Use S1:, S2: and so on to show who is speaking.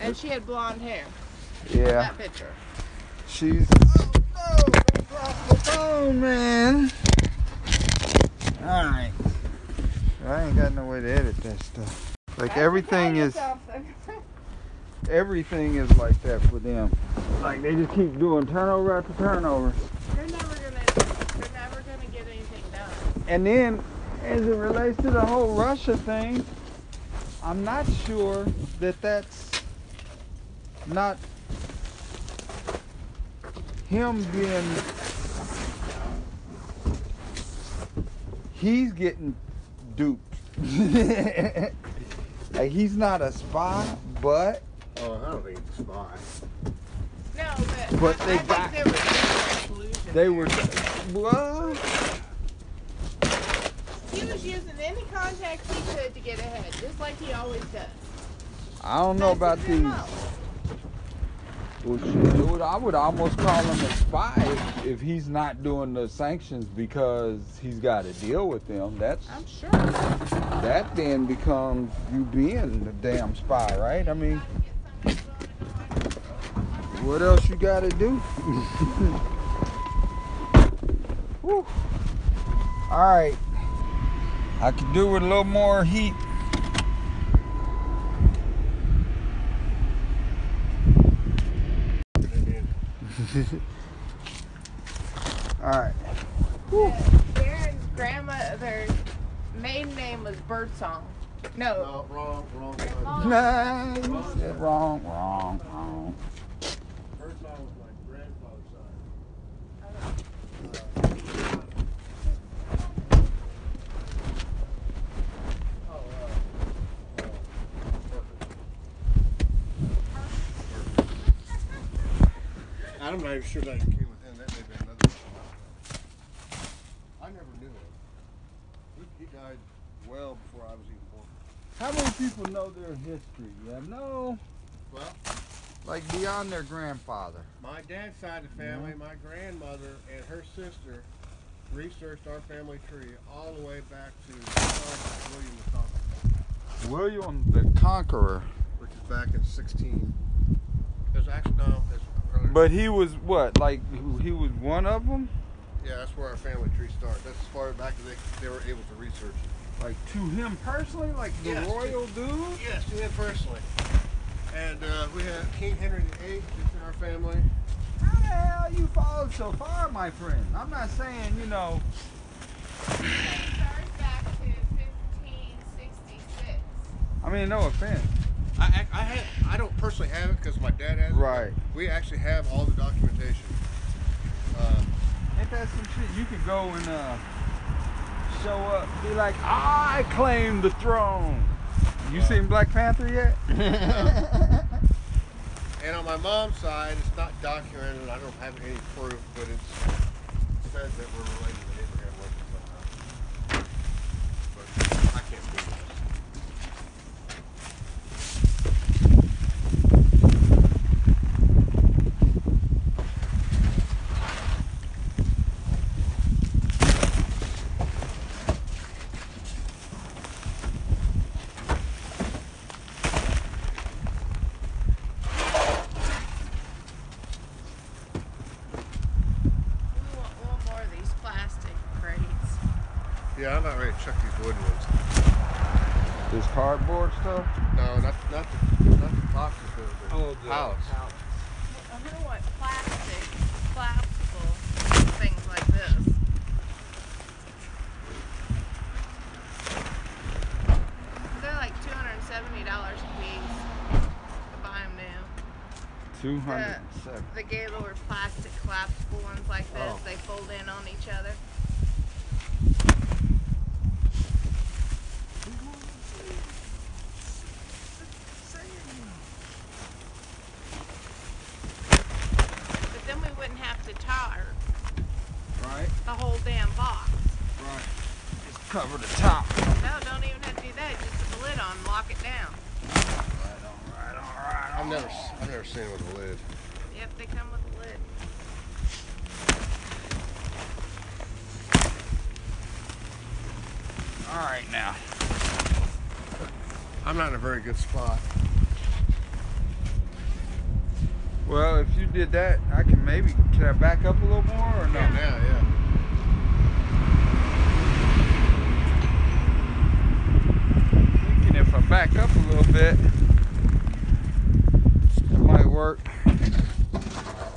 S1: And she had blonde hair.
S2: Yeah,
S1: That picture.
S2: she's. Oh, no, don't drop the phone, man. Alright. I ain't got no way to edit that stuff. Like, everything is. Everything is like that for them. Like, they just keep doing turnover after turnover.
S1: They're never gonna. They're never gonna get anything done.
S2: And then, as it relates to the whole Russia thing, I'm not sure that that's not him being. He's getting duped. like he's not a spy, but
S3: Oh, I don't think it's fine.
S1: No, but.
S2: But
S1: I,
S2: they
S1: I
S2: got-
S1: think there was collusion.
S2: they were. Well,
S1: He was using any contacts he could to get ahead, just like he always does.
S2: I don't know about
S1: That's his
S2: these.
S1: MO.
S2: Well, shit, dude, I would almost call him a spy if, if he's not doing the sanctions because he's got to deal with them. That's
S1: I'm sure.
S2: that then becomes you being the damn spy, right? I mean, what else you got to do? Whew. All right, I could do with a little more heat. All right.
S1: Their grandma, their maiden name was Birdsong. No,
S3: No, wrong, wrong.
S1: their
S3: wrong.
S1: mom-
S2: Nah, you said wrong, wrong, wrong.
S3: Her song was like grandfather's side. Oh, uh, uh, perfect. I'm not even sure that came within. That may be another. one. I never knew it. He, he died well before I was even born.
S2: How many people know their history? Yeah, no.
S3: Well-
S2: like beyond their grandfather.
S3: My dad's side of the family, my grandmother and her sister researched our family tree all the way back to Thomas William the Conqueror,
S2: William the Conqueror.
S3: which is back in 16. There's actually no, that's earlier.
S2: But he was what? Like he was one of them?
S3: yeah, that's where our family tree starts. That's as far back as they, they were able to research.
S2: Like to him personally? Like the
S3: Yes.
S2: royal dude?
S3: Yes, to him personally. And uh, we had King Henry VIII that's in our family.
S2: How the hell you followed so far, my friend? I'm not saying you know.
S1: it starts back to 1566.
S2: I mean, no offense.
S3: I, I, I, had, I don't personally have it because my dad has
S2: Right.
S3: it. but We actually have all the documentation. Uh,
S2: Ain't that some shit? You could go and uh, show up, be like, I claim the throne. You
S3: Right.
S2: seen Black Panther yet?
S3: And on my mom's side, it's not documented. I don't have any proof, but it's said that we're related to Abraham Lincoln somehow. But I can't prove this.
S1: We want one more of these plastic crates.
S3: Yeah, I'm not ready to check these wooden ones.
S2: This cardboard stuff.
S3: No, not not the, not the boxes, but Oh,
S2: Oh,
S3: the pallets.
S1: I'm gonna want plastic, collapsible things like this. They're like two hundred and seventy dollars a piece. To buy them new.
S2: Two hundred and seven.
S1: The Gaylord plastic collapsible ones like this.
S3: Oh.
S1: They fold in on each other. But then we wouldn't have to tar
S2: Right,
S1: the whole damn box.
S2: right. Just cover the top.
S1: No, don't even have to do that. Just put the lid on, lock it down.
S3: I've never s- I've never seen it with a lid.
S1: Yep, they come with a lid.
S2: All right now.
S3: I'm not in a very good spot.
S2: Well, if you did that, I can maybe can I back up a little more or no?
S3: Yeah, now, yeah.
S2: Thinking if I back up a little bit, it might work.